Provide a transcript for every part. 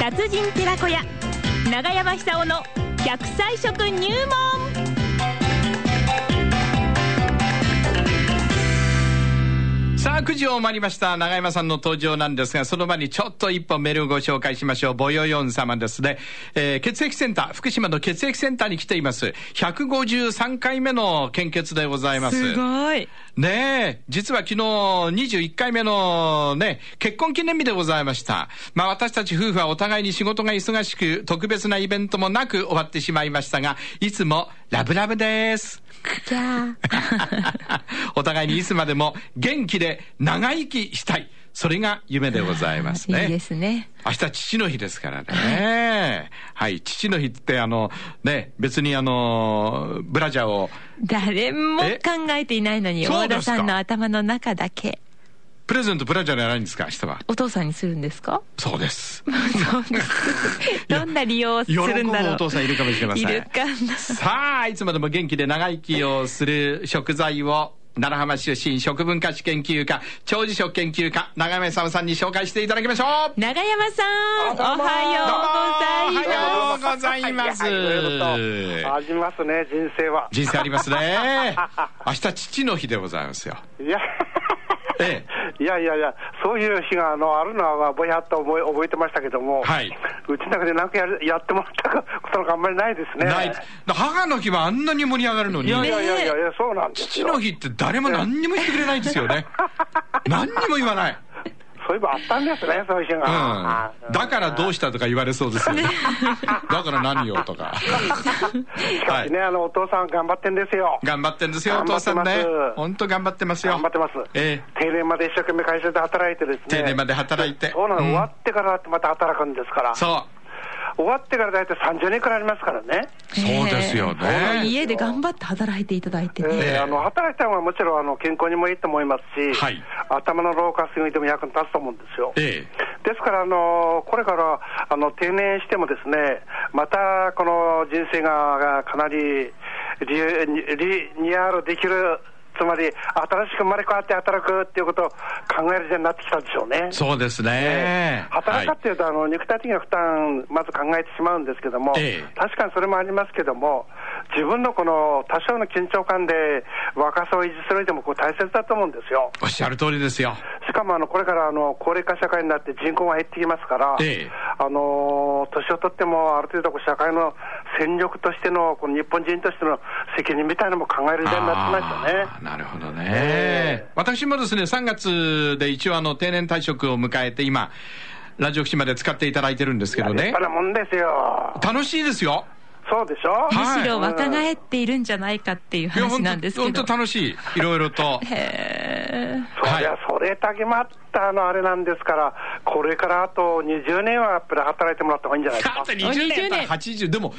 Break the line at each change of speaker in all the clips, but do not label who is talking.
神寺子屋長山久夫の100歳食入門
さあ、9時を回りました。長山さんの登場なんですが、その前にちょっと一本メールをご紹介しましょう。ボヨヨン様ですね。えー血液センター、福島の血液センターに来ています。153回目の献血でございます。
ごい
ねえ、実は昨日21回目のね、結婚記念日でございました。まあ私たち夫婦はお互いに仕事が忙しく、特別なイベントもなく終わってしまいましたが、いつもラブラブです。
じゃ
お互いにいつまでも元気で長生きしたい。それが夢でございますね。
いいですね。
明日父の日ですからね。 はい、父の日ってあの、ね、別にあの、ブラジャーを
誰も考
え
えていないのに、
そう
大
ですか
田さんの頭の中だけ、
プレゼントブラジャーじゃないんですか、明日は。
お父さんにするんですか
そ うです。
そうです。どんな利用をす
喜ぶ
るんだろう。
お父さんいるかもしれません。
いるかな。
さあ、いつまでも元気で長生きをする食材を、奈良浜出身食文化史研究家、長寿食研究家、長山ささんに紹介していただきましょう。
長山さん、おはようございます。
おはようございます。
はいはいはいいろいろとありますね、人生は。
人生あります ね。明日父の日でございますよ。
いや、
え
いやいやいや、そういう日があのあるのは、ぼやっと覚え覚えてましたけども、
はいう
ちの中で何かやるやってもらったことなんかあんまりないです
え、
ね。
ない。母の日はあんなに盛り上がるのに。
いやいやいやいや、そうなんです
父
よ。
の日って誰も何にも言ってくれないんですよね。 何にも言わない。
そういえばあったんですね、そういう日
う
が。
ん。だからどうしたとか言われそうですよね。 だから何よとか。は
しか
い
しね、あのお父さん頑張ってんですよ。
頑張ってんですよ、お父さんね
頑張ってま。す
本当頑張ってますよ。
頑張ってます。
ええ。
定年まで一生懸命会社で働いてですね。
定年まで働いて
そうなの、
うん
終わってからだってまた働くんですから。
そう。
終わってから大体30年くらいありますからね。
そうですよ
ええ
ね。
家で頑張って働いていただいてね。
ええ
えーあの働いた方がもちろんあの健康にもいいと思いますし、
はい
頭の老化すぎても役に立つと思うんですよ。
ええ。
ですから、あのこれからあの定年しても、ですねまたこの人生ががかなりリリニアールできる、つまり新しく生まれ変わって働くっていうことを考える時代になってきたんでしょうね。
そうですね。
働くかっていうと、あの肉体的な負担、まず考えてしまうんですけども、
ええ
確かにそれもありますけども、自分のこの多少の緊張感で若さを維持するにでもこう大切だと思うんですよ。
おっしゃる通りですよ。
しかもあのこれからあの高齢化社会になって人口が減ってきますから、
ええ
あの年を取ってもある程度こう社会の戦力としての、この日本人としての責任みたいなのも考える時代になってきましたね。
あーなるほどね、
ええ
私もですね、3月で一応あの定年退職を迎えて、今、ラジオ福島で使っていただいてるんですけど
立
ね
派。なもんですよ。
楽しいですよ。
そうでしょ
は
む
い
しろ若返っているんじゃないかっていう
いや、
話
本
なんです
当
け
本
ど。
当楽しい。いろい ろと。
へえ
そり
は
ゃ
い、
それだけ待ったあのあれなんですから、これからあと20年はやっぱり働いてもらった方がいいんじゃないです
あ
か
と。20年やったら80。でも、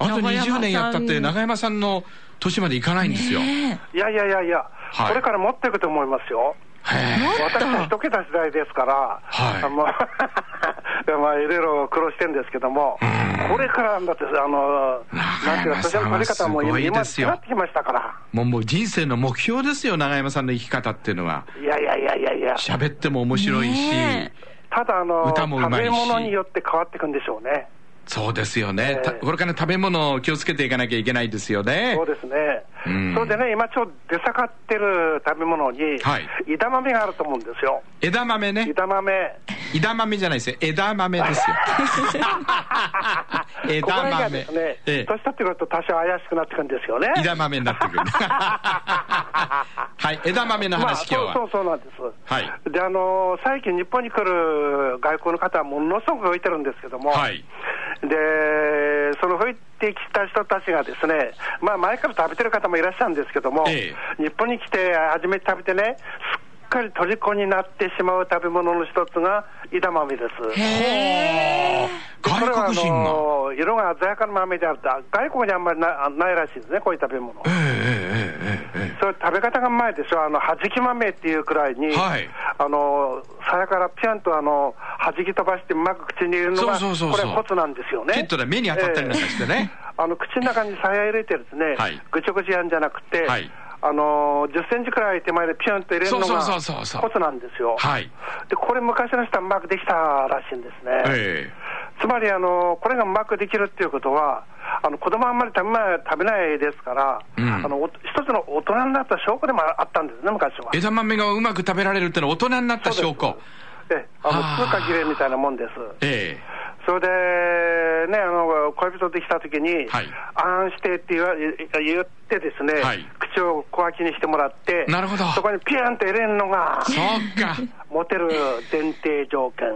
あと
長山さん
20年やったって、長山さんの年までいかないんですよ。
ね
いやいやいやいや、
はい
これから持っていくと思いますよ。
へえ
私は一桁時代ですから、
はい
あもう まあいろいろ苦労してるんですけども、これからだって、あの、なんていうか、年の取り方も
長山さんはすご
今、
い
今
ですよ
なってきましたから。
もうもう人生の目標ですよ、長山さんの生き方っていうのは。
いやいやいやいやいや、
喋っても面白いし、
ね
ただあの、
歌もう
食
まいし
べ物によって変わっていくんでしょうね。
そうですよね、
ええ
たこれから食べ物を気をつけていかなきゃいけないですよね
そう。ですね、
うん
それでね、今ちょうど出盛ってる食べ物に、
はい
枝豆があると思うんですよ。
枝豆ね。
枝豆。
枝豆じゃないですよ。枝豆 ですよ。
ここ
枝
らが
豆。
ですね、
ええ
年取ってくると多少怪しくなってくるんですよね。
枝豆になってくる。はい、枝豆の
まあ、
話、
そう
今日
そ
は。
うそうなんです。
はい
で、あのー最近日本に来る外交の方はものすごく増えてるんですけども、
はい
で、その増えてきた人たちがですね、まあ前から食べてる方もいらっしゃるんですけども、
え
日本に来て初めて食べてね、すっかり虜になってしまう食べ物の一つが枝豆です。
へえ
これ
外
はあ
国人の。
のー色が鮮やかな豆であると、外国にあんまりなないらしいですね、こういう食べ物。
えええええええ
それ食べ方がうまいでしょ、あのはじき豆っていうくらいに、
はい
あの鞘からピャンとあのはじき飛ばして、うまく口に入れるのが、
そうそうそうそう
これはコツなんですよ
え
ね。
きっとね、目に当たったりなんかしてね。
あの口の中に鞘入れてです ね、
はい
ぐちょぐちょやんじゃなくて、
はい
あの10センチくらい手前でピュンと入れるのが
そうそうそうそうそう
コツなんですよ。
はい
で、これ昔の人はうまくできたらしいんですね。
ええ
つまりあの、これがうまくできるっていうことは、あの子供はあんまり食べない食べないですから、
うん
あのお一つの大人になった証拠でもあったんですね、昔は。
枝豆がうまく食べられるってのは大人になった証拠。
ええ、あ
はあ
の通過儀礼みたいなもんです。
え
それで、ね、あの恋人できたときに、
はい
あんしてって言わ言ってですね、
はい
口を小脇にしてもらって、
なるほど
そこにピューンと入れるのが
え、そっか。
モテる前提条件。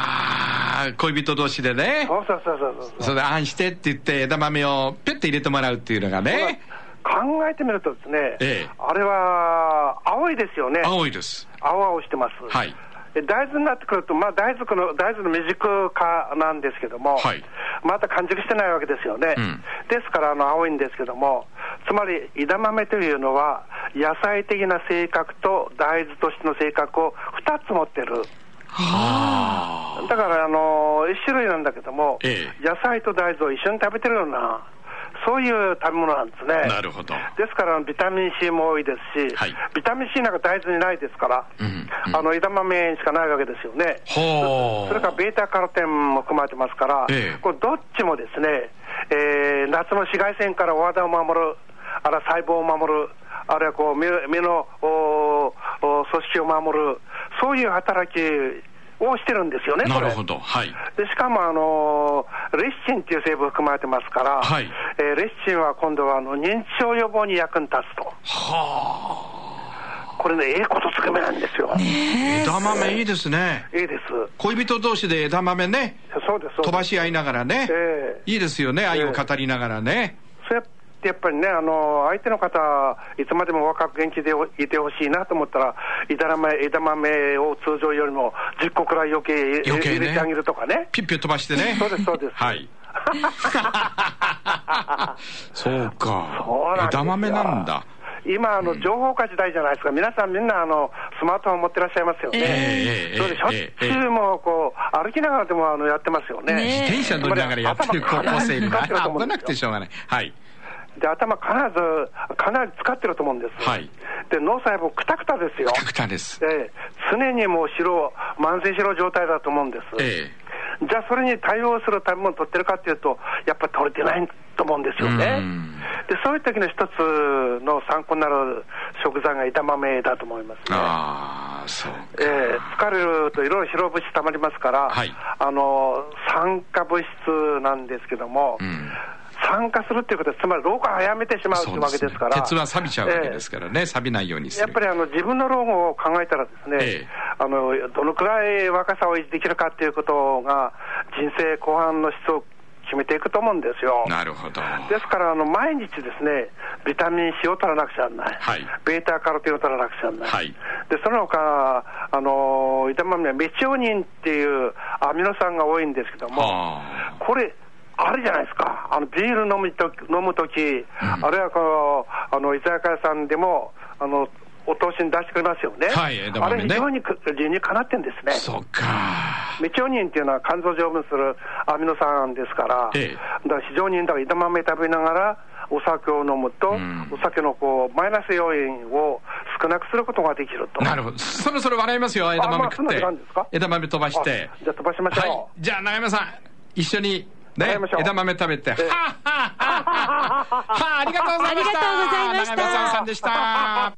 あー、恋人同士でね。
そうそうそうそうそう
それで、あんしてって言って枝豆をペッて入れてもらうっていうのがね。
考えてみるとですね、
ええ
あれは青いですよね。
青いです。
青々してます。
はい
で大豆になってくると、まあ、大豆の大豆の未熟化なんですけども、
はい
まだ完熟してないわけですよね、
うん
ですからあの青いんですけども、つまり枝豆というのは、野菜的な性格と大豆としての性格を2つ持ってる、
あ
だからあの1種類なんだけども、
ええ
野菜と大豆を一緒に食べてるような、そういう食べ物なんですね。
ー、なるほど。
ですから、ビタミン C も多いですし、
はい
ビタミン C なんか大豆にないですから、
うんうん
あの枝豆にしかないわけですよね。
ほ
それからベータカロテンも含まれてますから、
ええ
これどっちもですね、えー夏の紫外線からお肌を守る、あるいは細胞を守る、あるいはこう目目のおお組織を守る、そういう働きをしてるんですよね、
う。な
これ
るほど。はい。
でしかも、あのレシチンっていう成分含まれてますから、
はい
えーレシチンは今度はあの認知症予防に役に立つと、
は
これね、ええことつくめなんですよ、
あ。枝豆いいですね。
ええです、
恋人同士で枝豆ね、
そうです、そうです
飛ばし合いながらね。
ええ
いいですよね。愛を語りながらね。
それってやっぱりね、あの相手の方、いつまでも若く元気でいてほしいなと思ったら、枝豆枝豆を通常よりも10個くらい余計
余計ね
入れてあげるとかね、
ピュッピュッ飛ばしてね。
そうです、そ うです。
はい。そうか。
そうなんですよ
枝豆なんだ。
今あの、情報化時代じゃないですか、皆さん、みんなあのスマートフォン持ってらっしゃいますよね、
ええええ
それでしょっち
えええ
ゅうもうこう歩きながらでもあのやってますよね、
自
ね
転車乗りながらやってる高校生に
頭か
危なくてしょうがない。はい。
で頭必ず、かなり使ってると思うんです、
はい
で脳細胞、くたくたですよ
タ、クタです。
ええ常にもう白、慢性白状態だと思うんです、
え
じゃあ、それに対応する食べ物取ってるかっていうと、やっぱり取れてないと思うんですよね
うん。
でそういう時の一つの参考になる食材が枝豆だと思います
え。
ね。
ああ、そう
ええ疲れるといろいろ疲労物質たまりますから、
はい
あの酸化物質なんですけども、
ん
酸化するっていうことは、つまり老化を早めてしまうと
そ
いううわけですから、
鉄は錆びちゃうわけです
か
からね、錆びないようにする。
やっぱりあの自分の老後を考えたら、ですね、
ええ
あのどのくらい若さを維持できるかっていうことが、人生後半の質を決めていくと思うんですよ。
なるほど。
ですからあの毎日ですね、ビタミン C を取らなくちゃならない、
はい
ベータカロテンを取らなくちゃならない、
はい
でその他あの枝豆にはメチオニンっていうアミノ酸が多いんですけども、
はあ。
これ、あれじゃないですか、あのビール飲むとき、飲むときあるいはこうあの居酒屋さんでも、あのお通しに出してくれますよね、
はい枝豆ね
あれ、非常にく理にかなってんですね。
そうか。
メチオニンっていうのは肝臓を丈夫にするアミノ酸ですから、
ええ
だから非常にだから枝豆食べながら、お酒を飲むと、
ん
お酒のこうマイナス要因を少なくすることができると。
なるほど。そろそろ笑いますよ、枝豆食っ
まあそんな時
て
間ですか。
枝豆飛ばして
あ。じゃあ飛ばしましょう。
はい。じゃあ、長山さん、一緒に、
や
ね
りましょ、う
枝豆食べて、はっはっはっはっはっはっはありがとうございました。
ありがとうございました
長山さんさんでした。